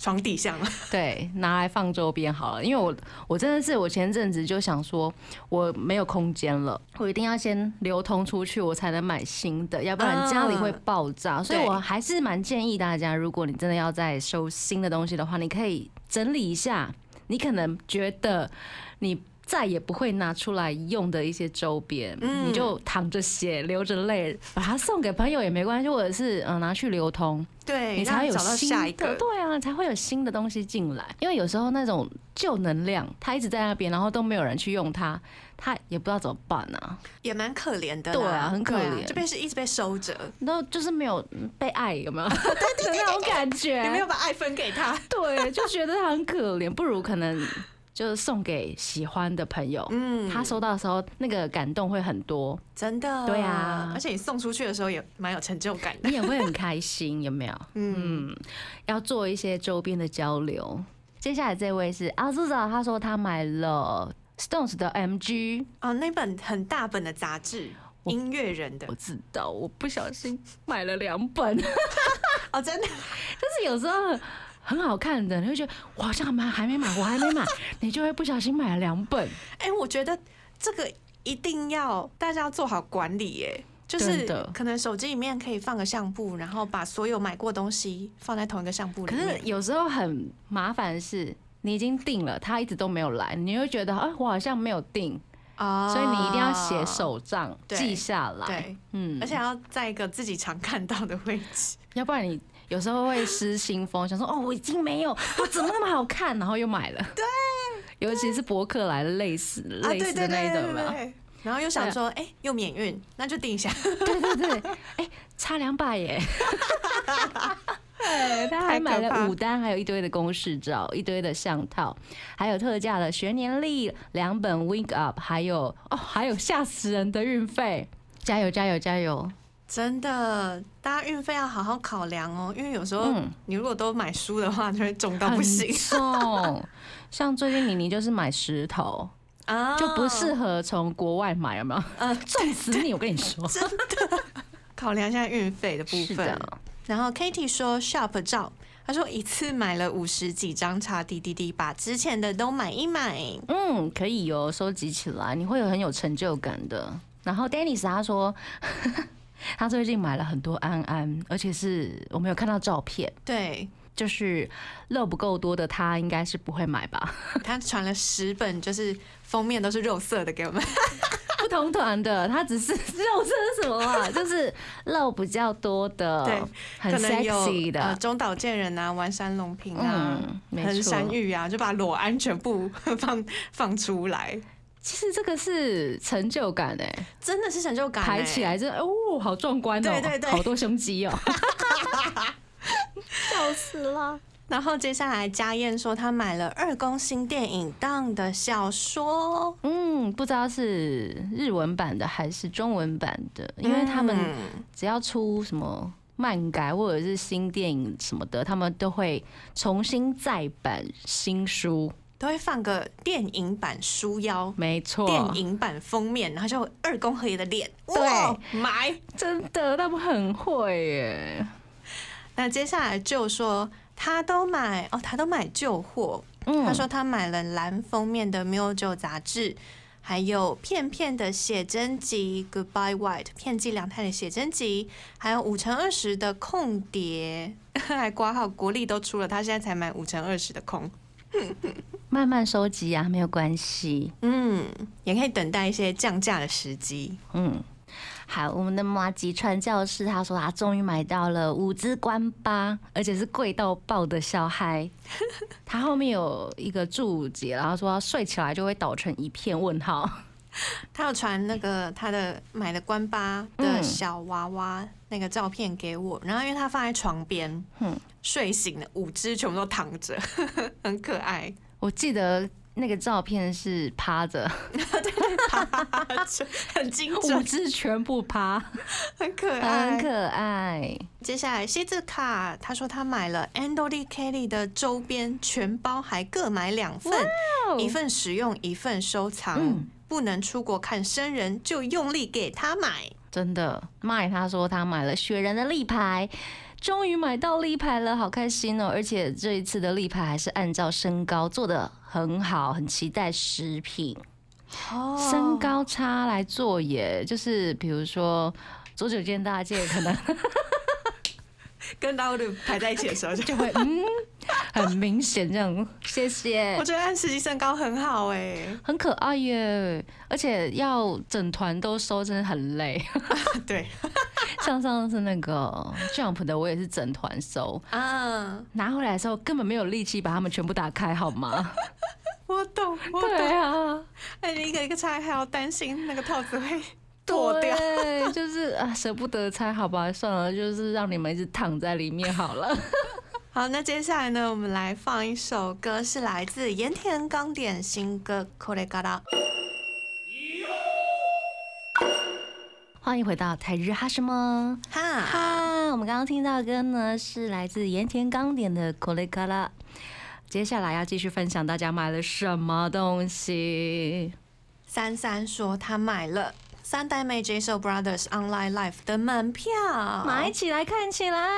Speaker 3: 床底下嘛。
Speaker 2: 对，拿来放周边好了，因为我我真的是我前阵子就想说，我没有空间了，我一定要先流通出去，我才能买新的，要不然家里会爆炸。所以我还是蛮建议大家，如果你真的要再收新的东西的话，你可以整理一下，你可能觉得你。再也不会拿出来用的一些周边，
Speaker 3: 嗯
Speaker 2: 你就躺着写，流着泪，把它送给朋友也没关系，或者是嗯、呃拿去流通。
Speaker 3: 对，
Speaker 2: 你
Speaker 3: 让
Speaker 2: 才有
Speaker 3: 找到
Speaker 2: 新
Speaker 3: 下一
Speaker 2: 的
Speaker 3: 个。
Speaker 2: 对啊，才会有新的东西进来。因为有时候那种旧能量，它一直在那边，然后都没有人去用它，它也不知道怎么办啊。
Speaker 3: 也蛮可怜的啦，
Speaker 2: 对啊很可
Speaker 3: 对
Speaker 2: 怜
Speaker 3: 这边是一直被收着，
Speaker 2: 然后就是没有嗯被爱，有没 有？对的 那种感
Speaker 3: 你没
Speaker 2: 觉
Speaker 3: 有。把爱分给他。
Speaker 2: 对，就觉得它很可怜，不如可能就是送给喜欢的朋友。
Speaker 3: 嗯，
Speaker 2: 他收到的时候，那个感动会很多，
Speaker 3: 真的，
Speaker 2: 对啊
Speaker 3: 而且你送出去的时候也蛮有成就感的
Speaker 2: 你。也会很开心，有没有？
Speaker 3: 嗯，
Speaker 2: 嗯，要做一些周边的交流。接下来这位是阿苏早，他说他买了 Stones 的 MG，
Speaker 3: 哦，那本很大本的杂志，
Speaker 2: 我
Speaker 3: 音乐人的
Speaker 2: 我知道，我不小心买了两本， 但
Speaker 3: 哦，真的，
Speaker 2: 是有时候很好看的，你会觉得我好像还还没买，我还没买，你就会不小心买了两本。
Speaker 3: 哎、我觉得这个一定要大家要做好管理耶。就是
Speaker 2: 真的
Speaker 3: 可能手机里面可以放个相簿，然后把所有买过东西放在同一个相簿里
Speaker 2: 可是
Speaker 3: 面。
Speaker 2: 有时候很麻烦的是，你已经定了，他一直都没有来，你会觉得啊，我好像没有定，
Speaker 3: 啊
Speaker 2: 所以你一定要写手账
Speaker 3: 对
Speaker 2: 记下来。
Speaker 3: 对，
Speaker 2: 嗯
Speaker 3: 而且要在一个自己常看到的位置。
Speaker 2: 要不然你有时候会失心疯，想说哦，我已经没有，我怎么那么好看，然后又买了。 对，尤其是博客来类似
Speaker 3: 啊，
Speaker 2: 类
Speaker 3: 对
Speaker 2: 似
Speaker 3: 对对
Speaker 2: 的那一种啊有
Speaker 3: 对
Speaker 2: 没
Speaker 3: 对
Speaker 2: 有，
Speaker 3: 对。然后又想说，哎、又免运，那就定一下。
Speaker 2: 对对对，哎、差两百 耶。对，他还买
Speaker 3: 太可怕
Speaker 2: 了五单，还有一堆的公式照，一堆的相套，还有特价的学年历两本 Wink Up，还有哦，还有吓死人的运费，加油加油加油！
Speaker 3: 真的，大家运费要好好考量哦，因为有时候
Speaker 2: 嗯
Speaker 3: 你如果都买书的话，就会重到不行
Speaker 2: 很重，像最近妮妮就是买石头，
Speaker 3: 啊
Speaker 2: 就不适合从国外买，有没 有？
Speaker 3: 呃
Speaker 2: 重死你！我跟你说，
Speaker 3: 考量一下运费的部
Speaker 2: 是
Speaker 3: 分。
Speaker 2: 的，
Speaker 3: 然后 Katie 说 Shop 照，她说一次买了五十几张茶滴滴滴，把之前的都买一买。
Speaker 2: 嗯，可以哦，收集起来，你会有很有成就感的。然后 Dennis 他说， 他最近买了很多安安，而且是我没有看到照片，
Speaker 3: 对，
Speaker 2: 就是肉不够多的他应该是不会买吧？
Speaker 3: 她传了十本，就是封面都是肉色的给我们。
Speaker 2: 不同团的，他只是肉身什么啊？就是肉比较多的，
Speaker 3: 对，
Speaker 2: 啊很
Speaker 3: 可能有
Speaker 2: sexy 的，
Speaker 3: 呃、中岛健人啊、丸山隆平啊、
Speaker 2: 嗯，没
Speaker 3: 横
Speaker 2: 错
Speaker 3: 山。玉啊，就把裸安全部 放放出来，
Speaker 2: 其实这个是成就感哎、
Speaker 3: 真的是成就感、欸。
Speaker 2: 排起来就哦，好壮观哦，
Speaker 3: 对对对
Speaker 2: 好多胸肌哦。
Speaker 1: 笑死了。
Speaker 3: 然后接下来，家燕说她买了二宫新电影档的小说，
Speaker 2: 嗯，不知道是日文版的还是中文版的，因为他们
Speaker 3: 嗯
Speaker 2: 只要出什么漫改或者是新电影什么的，他们都会重新再版新书。
Speaker 3: 都会放个电影版书腰、
Speaker 2: 没错，
Speaker 3: 电影版封面，然后就有二宫和也的脸，
Speaker 2: 对
Speaker 3: 哇，买。
Speaker 2: 真的他们很会耶。
Speaker 3: 那接下来就说她都买哦，她都买旧货，
Speaker 2: 嗯，
Speaker 3: 她说她买了蓝封面的《Miu 旧》杂志，还有片片的写真集《Goodbye White》片寄凉太的写真集，还有五乘二十的空碟， 还挂号国力都出了，她现在才买五乘二十的空。
Speaker 2: 慢慢收集啊，没有关系。
Speaker 3: 嗯，也可以等待一些降价的时机。
Speaker 2: 嗯，好，我们的马吉传教士他说他终于买到了五只关八，而且是贵到爆的小孩。 他后面有一个注解，然后说他睡起来就会倒成一片问 号。
Speaker 3: 她有传那个她的买的关巴的小娃娃那个照片给我，然后因为她放在床边，
Speaker 2: 嗯
Speaker 3: 睡醒了五只全部都躺着， 很可爱，
Speaker 2: 我记得那个照片是趴 着，
Speaker 3: 很精
Speaker 2: 五
Speaker 3: 准，
Speaker 2: 只全部趴，
Speaker 3: 很可
Speaker 2: 很
Speaker 3: 爱。
Speaker 2: 可爱。
Speaker 3: 接下来西子卡她说她买了 Andoli Kelly 的周边全包，还各买两份，一份使用，一份收藏。
Speaker 2: 哦嗯
Speaker 3: 不能出国看生人，就用力给她买。
Speaker 2: 真的麦他说他买了雪人的立牌，终于买到立牌了，好开心哦！而且这一次的立牌还是按照身高做的很好，很期待食品、
Speaker 3: 哦
Speaker 2: 身高差来做耶，就是比如说。左九见大界可能
Speaker 3: 跟 l a u 排在一起的时候 就
Speaker 2: 就会嗯很明显这样，谢谢
Speaker 3: 我，觉得按实习身高很好哎、
Speaker 2: 很可爱耶，而且要整团都收真的很累，
Speaker 3: 对，
Speaker 2: 像上次那个 Jump 的我也是整团收，
Speaker 3: 啊，
Speaker 2: 拿回来的时候根本没有力气把它们全部打开，好吗？
Speaker 3: 我懂，我懂。
Speaker 2: 啊，
Speaker 3: 哎，你一个一个拆，还要担心那个套子会剁掉。
Speaker 2: 对，就是啊，舍不得拆，好吧，算了，就是让你们一直躺在里面好了。
Speaker 3: 好，那接下来呢，我们来放一首歌，是来自盐田刚典新歌《これから》。
Speaker 2: 欢迎回到台日哈什么
Speaker 3: 哈，
Speaker 2: 哈，我们刚刚听到的歌呢是来自盐田刚典的《k o l e k a r a 接下来要继续分享大家买了什么东西。
Speaker 3: 三三说他买了三代妹 j s o Brothers Online Live 的门票，
Speaker 2: 买起来，看起来，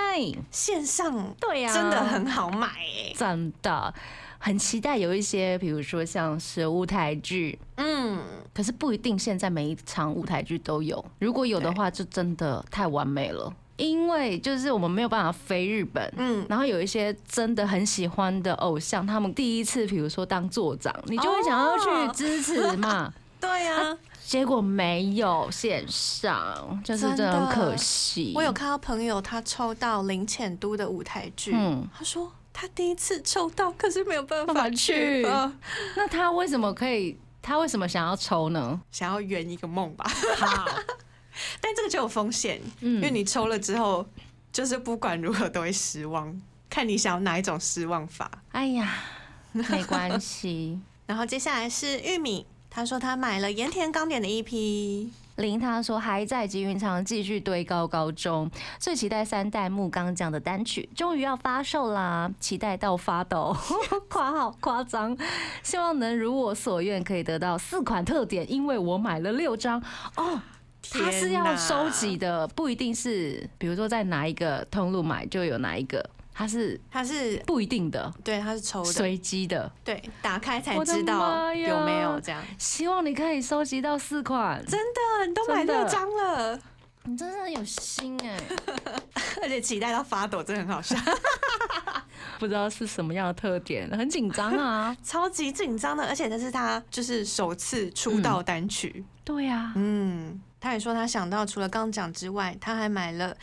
Speaker 3: 线上
Speaker 2: 对呀、欸
Speaker 3: 真的很好买、哎
Speaker 2: 真的。很期待有一些，比如说像是舞台剧，
Speaker 3: 嗯，
Speaker 2: 可是不一定现在每一场舞台剧都有。如果有的话，就真的太完美了，因为就是我们没有办法飞日本。
Speaker 3: 嗯，
Speaker 2: 然后有一些真的很喜欢的偶像，他们第一次，比如说当座长，你就会想要
Speaker 3: 哦
Speaker 2: 去支持嘛。
Speaker 3: 对呀、
Speaker 2: 啊结果没有线上，就是真的很可惜。
Speaker 3: 我有看到朋友他抽到林浅都的舞台剧，
Speaker 2: 嗯，
Speaker 3: 他说他第一次抽到，可是没有办
Speaker 2: 办法
Speaker 3: 法去，
Speaker 2: 去
Speaker 3: 呃
Speaker 2: 那他为什么可以？他为什么想要抽呢？
Speaker 3: 想要圆一个梦吧。
Speaker 2: 好，
Speaker 3: 但这个就有风险，因为
Speaker 2: 嗯，
Speaker 3: 你抽了之后，就是不管如何都会失望，看你想要哪一种失望法。
Speaker 2: 哎呀，没关 系。
Speaker 3: 然后接下来是玉米，他说他买了盐田刚点的 EP，
Speaker 2: 林他说还在集云长继续堆高高中，最期待三代木刚奖的单曲终于要发售啦，期待到发抖， 夸好夸张，希望能如我所愿，可以得到四款特点，因为我买了六张哦。他是要收集
Speaker 3: 天哪，
Speaker 2: 的，不一定是，比如说在哪一个通路买就有哪一个，它是
Speaker 3: 他是
Speaker 2: 不一定的，
Speaker 3: 对他是抽的，
Speaker 2: 随机的。
Speaker 3: 对，打开才
Speaker 2: 我的
Speaker 3: 知道
Speaker 2: 妈呀
Speaker 3: 有没有这样。
Speaker 2: 希望你可以收集到四款，
Speaker 3: 真的，你都买
Speaker 2: 真的
Speaker 3: 六张了，
Speaker 2: 你真的有心哎、
Speaker 3: 而且期待到发抖，真的很好笑，。
Speaker 2: 不知道是什么样的特点，很紧张啊
Speaker 3: 超级紧张的。而且这是他就是首次出道单曲，
Speaker 2: 对啊呀、
Speaker 3: 嗯，他也说他想到除了刚讲之外，他还买了《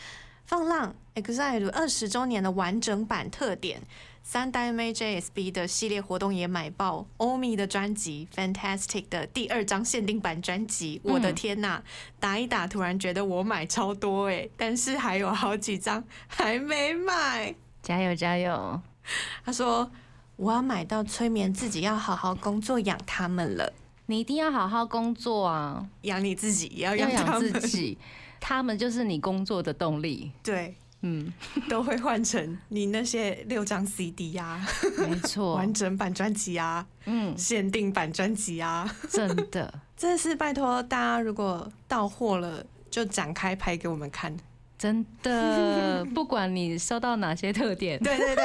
Speaker 3: 放浪 EXILE》二十周年的完整版特点。三代 M A J S B 的系列活动也买爆欧米的专辑《Fantastic》的第二张限定版专辑，我的天呐、打一打，突然觉得我买超多哎、但是还有好几张还没买。
Speaker 2: 加油加油！
Speaker 3: 他说：“我要买到催眠自己，要好好工作养他们了，
Speaker 2: 你一定要好好工作啊，
Speaker 3: 养你自己也要
Speaker 2: 要
Speaker 3: 养
Speaker 2: 啊
Speaker 3: 他
Speaker 2: 养自
Speaker 3: 们。
Speaker 2: 己，他们就是你工作的动力。
Speaker 3: 对，
Speaker 2: 嗯，
Speaker 3: 都会换成你那些六张 CD 呀、
Speaker 2: 没错
Speaker 3: 完，整版专辑呀、
Speaker 2: 嗯，
Speaker 3: 限定版专辑呀。
Speaker 2: 真的，
Speaker 3: 真的是拜托大家，如果到货了就展开拍给我们看。
Speaker 2: 真 的，不管你收到哪些特点，
Speaker 3: 对对对，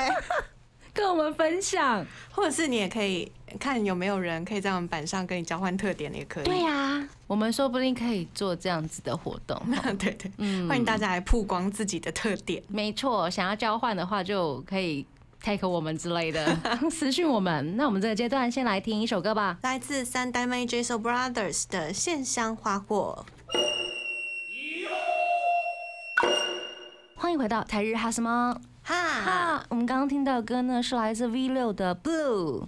Speaker 2: 跟我们分享。
Speaker 3: 或者是你也可以看有没有人可以在我们版上跟你交换特点，也可以。
Speaker 2: 对呀、我们说不定可以做这样子的活动。
Speaker 3: 对对，
Speaker 2: 嗯，
Speaker 3: 欢迎大家来曝光自己的特点。
Speaker 2: 没错，想要交换的话就可以 take 我们之类的私讯我们。那我们这个阶段先来听一首歌吧。
Speaker 3: 来自三代妹 j a s o Brothers 的《线香花火》。
Speaker 2: 欢迎回到台日哈什么
Speaker 3: 哈，
Speaker 2: 哈？我们刚刚听到的歌呢是来自 V 六的 Blue，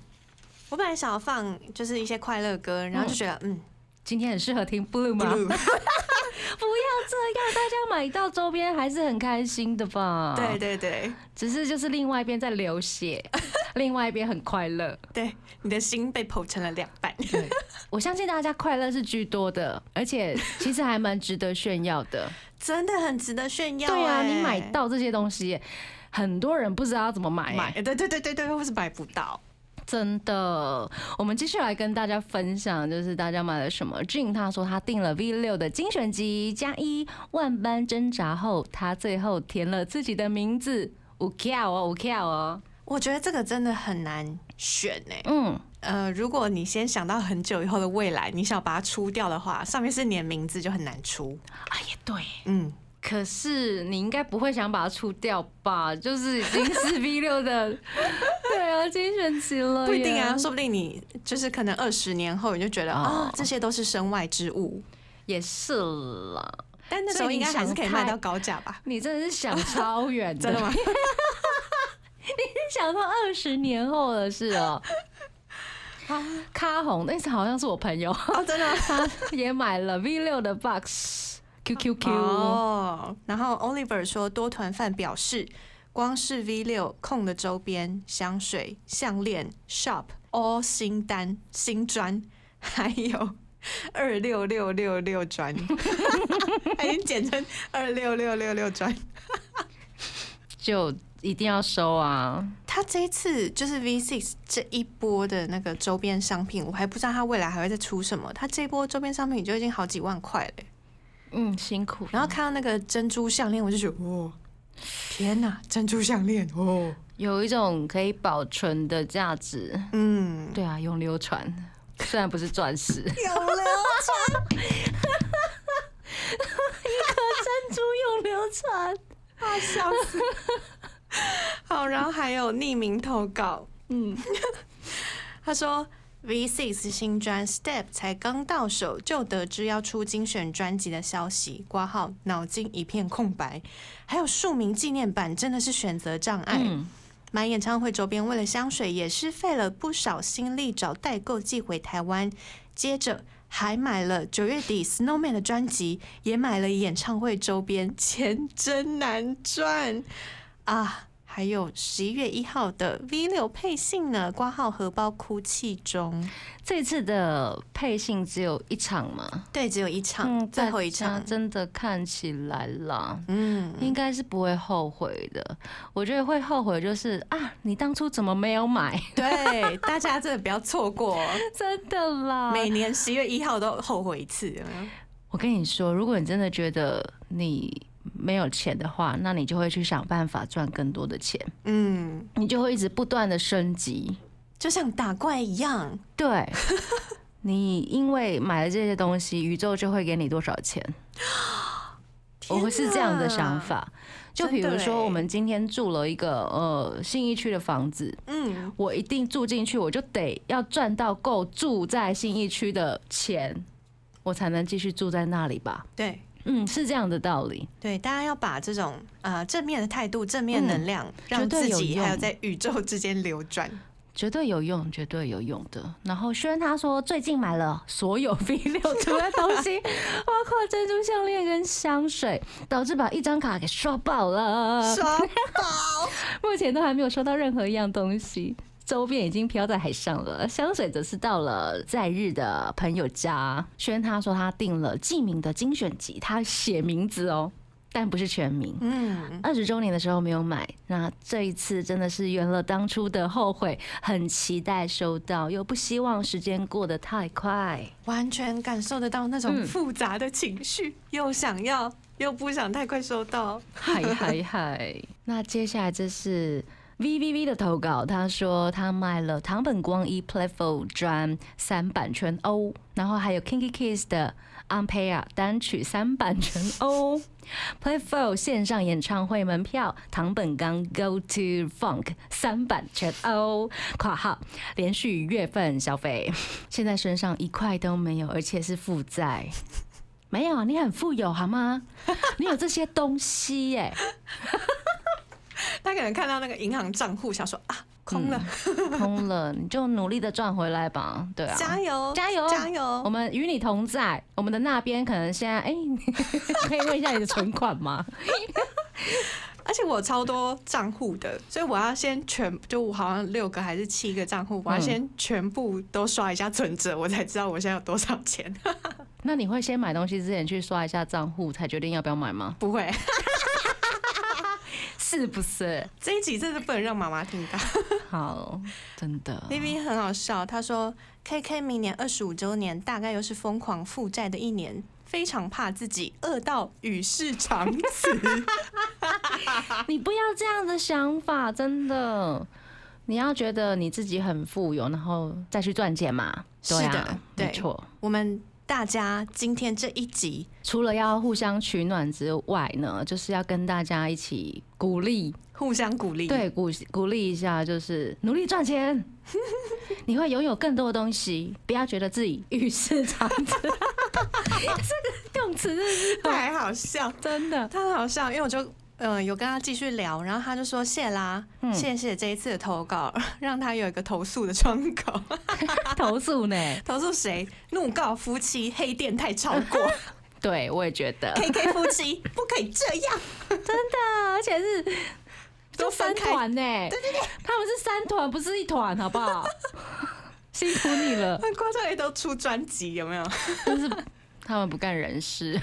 Speaker 3: 我本来想要放就是一些快乐歌，然后就觉得嗯
Speaker 2: 今天很适合听 Blue 吗？
Speaker 3: ，blue，
Speaker 2: 不要这样，大家买到周边还是很开心的吧？
Speaker 3: 对，对对
Speaker 2: 只是就是另外一边在流血，另外一边很快乐。
Speaker 3: 对，你的心被剖成了两半。
Speaker 2: 对，我相信大家快乐是居多的，而且其实还蛮值得炫耀的。
Speaker 3: 真的很值得炫耀、
Speaker 2: 对啊，
Speaker 3: 哎
Speaker 2: 你买到这些东西，很多人不知道怎么买、欸
Speaker 3: 买，对对对对对，或是买不到。
Speaker 2: 真的。我们继续来跟大家分享，就是大家买了什么。Jin 他说他订了 V 六的精选集加一，万般挣扎后，他最后填了自己的名字。五跳哦，五跳哦，
Speaker 3: 我觉得这个真的很难选哎、
Speaker 2: 嗯，
Speaker 3: 呃，如果你先想到很久以后的未来，你想把它出掉的话，上面是你的名字就很难出。
Speaker 2: 啊也对。
Speaker 3: 嗯，
Speaker 2: 可是你应该不会想把它出掉吧？就是已经是 V 六 的，对啊，精选集了，
Speaker 3: 不一定啊，，说不定你就是可能二十年后你就觉得啊、
Speaker 2: 哦
Speaker 3: 这些都是身外之物，
Speaker 2: 也是啦。
Speaker 3: 但那时候应该还是可以卖到高价吧？
Speaker 2: 你真的是想超远
Speaker 3: 真的吗？
Speaker 2: 想到二十年后的事 哦。咖红，那次好像是我朋友，
Speaker 3: 哦，真的吗。
Speaker 2: 他也买了 V 六的 box QQQ，、
Speaker 3: 哦，然后 Oliver 说，多团饭表示，光是 V 六控的周边、香水、项链、Shop、All 新单、新专， 还有二六六六六专， 他已经简称二六六六六专。
Speaker 2: 就一定要收啊！
Speaker 3: 他这一次就是 V six 这一波的那个周边商品，我还不知道他未来还会再出什么。他这一波周边商品就已经好几万块了欸、
Speaker 2: 嗯，辛苦。
Speaker 3: 然后看到那个珍珠项链，我就觉得，哦，天哪，珍珠项链哦，
Speaker 2: 有一种可以保存的价值。
Speaker 3: 嗯，
Speaker 2: 对啊，永流传，虽然不是钻石，
Speaker 3: 有了，
Speaker 2: 珍珠永流传。
Speaker 3: 啊，笑死。好，然后还有匿名投稿，
Speaker 2: 嗯，
Speaker 3: 他说 V6 新专 Step 才刚到手，就得知要出精选专辑的消息，挂号脑筋一片空白。还有数名纪念版真的是选择障碍。
Speaker 2: 嗯
Speaker 3: 买演唱会周边，为了香水也是费了不少心力找代购寄回台湾，接着还买了九月底 Snowman 的专辑，也买了演唱会周边，钱真难赚啊！还有十一月一号的 V 六配信呢，挂号荷包哭泣中，
Speaker 2: 这次的配信只有一场嘛，
Speaker 3: 对，只有一场，嗯
Speaker 2: 嗯
Speaker 3: 最后一
Speaker 2: 大
Speaker 3: 场
Speaker 2: 家，真的看起来啦，
Speaker 3: 嗯，
Speaker 2: 应该是不会后悔的。我觉得会后悔就是啊，你当初怎么没有买？
Speaker 3: 对，大家真的不要错过哦，
Speaker 2: 真的啦，
Speaker 3: 每年十一月一号都后悔一次，有没有
Speaker 2: 我跟你说，如果你真的觉得你没有钱的话，那你就会去想办法赚更多的钱，
Speaker 3: 嗯。
Speaker 2: 你就会一直不断的升级。
Speaker 3: 就像打怪一样，
Speaker 2: 对，你因为买了这些东西，宇宙就会给你多少钱。我会是这样的想法。就比如
Speaker 3: 真的欸
Speaker 2: 说，我们今天住了一个呃信义区的房子，
Speaker 3: 嗯，
Speaker 2: 我一定住进去，我就得要赚到够住在信义区的钱，我才能继续住在那里吧。
Speaker 3: 对
Speaker 2: 嗯，是这样的道理。
Speaker 3: 对，大家要把这种呃正面的态度、正面能量，让
Speaker 2: 嗯绝
Speaker 3: 自
Speaker 2: 对有
Speaker 3: 己
Speaker 2: 用
Speaker 3: 还有在宇宙之间 流转。
Speaker 2: 绝对有用，绝对有用的。然后轩他说最近买了所有 V 六图的东西，包括珍珠项链跟香水，导致把一张卡给刷爆了。
Speaker 3: 刷爆！
Speaker 2: 目前都还没有收到任何一样东西，周边已经飘在海上了。香水则是到了在日的朋友家。轩他说他订了记名的精选集，他写名字哦，但不是全名。
Speaker 3: 嗯，
Speaker 2: 二十周年的时候没有买，那这一次真的是圆了当初的后悔，很期待收到，又不希望时间过得太快。
Speaker 3: 完全感受得到那种
Speaker 2: 嗯
Speaker 3: 复杂的情绪，又想要又不想太快收到。
Speaker 2: 嗨嗨嗨！那接下来这是 V V V 的投稿，他说他卖了唐本光一 Playful 专三版权 O，然后还有 Kinky Kiss 的 Unpair 单曲三版权 O。Playful 线上演唱会门票，唐本刚 Go to Funk 三版全欧（括号连续月份消费），现在身上一块都没有，而且是负债。没有，啊你很富有好吗？你有这些东西耶、
Speaker 3: 他可能看到那个银行账户，想说啊，空了，
Speaker 2: 空了，你就努力的赚回来吧。对啊，
Speaker 3: 加油，
Speaker 2: 加油
Speaker 3: 加
Speaker 2: 我
Speaker 3: 油！
Speaker 2: 们与你同在。我们的那边可能现在，哎、 你可以问一下你的存款吗？
Speaker 3: 而且我超多账户的，所以我要先全，就我好像六个还是七个账户，我要
Speaker 2: 嗯
Speaker 3: 先全部都刷一下存折，我才知道我现在有多少 钱。
Speaker 2: 那你会先买东西之前去刷一下账户，才决定要不要买吗？
Speaker 3: 不会，
Speaker 2: 是不是？
Speaker 3: 这一集真的不能让妈妈听到。
Speaker 2: 好，真 的。
Speaker 3: V V 很好笑，他说 K K 明年二十五周年，大概又是疯狂负债的一年，非常怕自己饿到与世 长辞。啊
Speaker 2: 你不要这样的想法，真的。你要觉得你自己很富有，然后再去赚钱嘛。对
Speaker 3: 是
Speaker 2: 啊
Speaker 3: 的，对
Speaker 2: 没错。
Speaker 3: 我们大家今天这一集，
Speaker 2: 除了要互相取暖之外呢，就是要跟大家一起鼓励，
Speaker 3: 互相鼓励，，
Speaker 2: 对，鼓鼓励一下，就是努力赚钱， 你会拥有更多的东西。不要觉得自己与世长 辞，这个用词真的是
Speaker 3: 太好笑，
Speaker 2: 真的，
Speaker 3: 他很好笑，因为我就。呃，有跟他继续聊，然后他就说谢啦，
Speaker 2: 嗯
Speaker 3: 谢谢这一次的投稿， 让他有一个投诉的窗口。
Speaker 2: 投诉呢？
Speaker 3: 投诉谁？怒告夫妻黑店太超过
Speaker 2: 对，我也觉得，
Speaker 3: ，K K 夫妻不可以这样，
Speaker 2: 而且是
Speaker 3: 都
Speaker 2: 就三
Speaker 3: 分开
Speaker 2: 团呢、对对对，他们是三团，不是一团，好不好？ 辛苦你了，
Speaker 3: 很夸张，也都出专辑，有没 有？
Speaker 2: 就是他们不干人 事，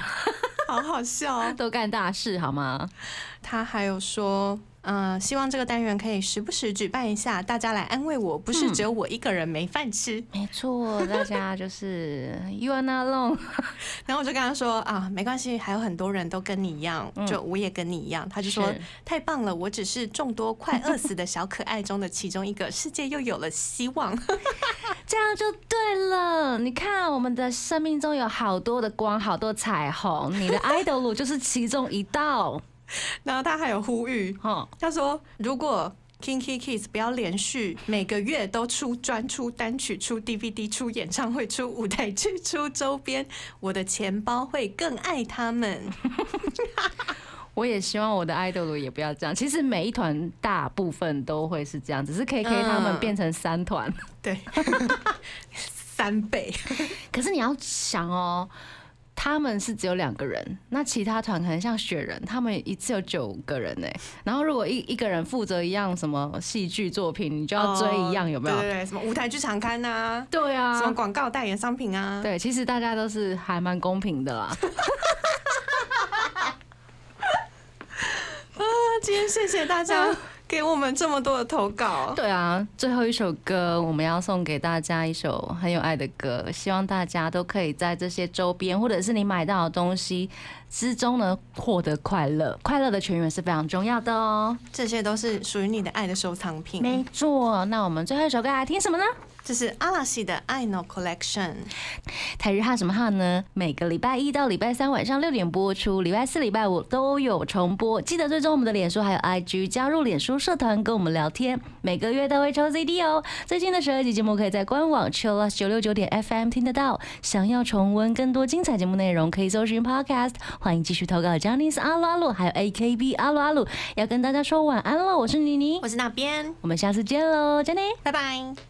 Speaker 3: 好好笑、哦。
Speaker 2: 都干大事，好吗？
Speaker 3: 他还有说，嗯，希望这个单元可以时不时举办一下，大家来安慰我，不是只有我一个人没饭吃。
Speaker 2: 没错，大家就是 you are not alone，
Speaker 3: 然后我就跟他说啊，没关系，还有很多人都跟你一样，就我也跟你一样。他就说
Speaker 2: 嗯是
Speaker 3: 太棒了，我只是众多快饿死的小可爱中的其中一个，世界又有了希望。
Speaker 2: 这样就对了。你看，我们的生命中有好多的光，好多彩虹，你的 idol 路就是其中一道。
Speaker 3: 然后他还有呼吁，
Speaker 2: 哦，
Speaker 3: 他说如果 Kinky Kids 不要连续每个月都出专出单曲、出 DVD、出演唱会、出舞台剧、出周边，我的钱包会更爱他们。
Speaker 2: 我也希望我的 idol 路也不要这样。其实每一团大部分都会是这样，只是 KK
Speaker 3: 嗯
Speaker 2: 他们变成三团。
Speaker 3: 对， 三倍。
Speaker 2: 可是你要想哦，他们是只有两个人，那其他团可能像雪人，他们一次有九个人呢。然后如果一一个人负责一样什么戏剧作品，你就要追一样，有没有？
Speaker 3: 哦对对对，什么舞台剧场刊啊，
Speaker 2: 对啊
Speaker 3: 什么广告代言商品 啊，
Speaker 2: 对，其实大家都是还蛮公平的啦。
Speaker 3: 啊，今天谢谢大 家给我们这么多的投稿。
Speaker 2: 对啊，最后一首歌我们要送给大家一首很有爱的歌，希望大家都可以在这些周边或者是你买到的东西之中呢获得快乐。快乐的泉源是非常重要的哦。
Speaker 3: 这些都是属于你的爱的收藏
Speaker 2: 没
Speaker 3: 品。
Speaker 2: 错，那我们最后一首歌来听什么呢？
Speaker 3: 这是阿拉西的《爱 No Collection》。
Speaker 2: 台日哈什么哈呢？每个礼拜一到礼拜三晚上六点播出，礼拜四、礼拜五都有重播。记得追踪我们的脸书还有 IG，加入脸书社团跟我们聊天。每个月都会抽 CD 哦。最新的十二集节目可以在官网 chillus 九六九点 FM 听得到。想要重温更多精彩节目内容，可以搜寻 Podcast。欢迎继续投稿 j a n i c e 阿鲁阿鲁，还有 AKB 阿鲁阿鲁。要跟大家说晚安喽，我是妮妮，
Speaker 3: 我是那边，
Speaker 2: 我们下次见喽，j a n n y
Speaker 3: 拜拜。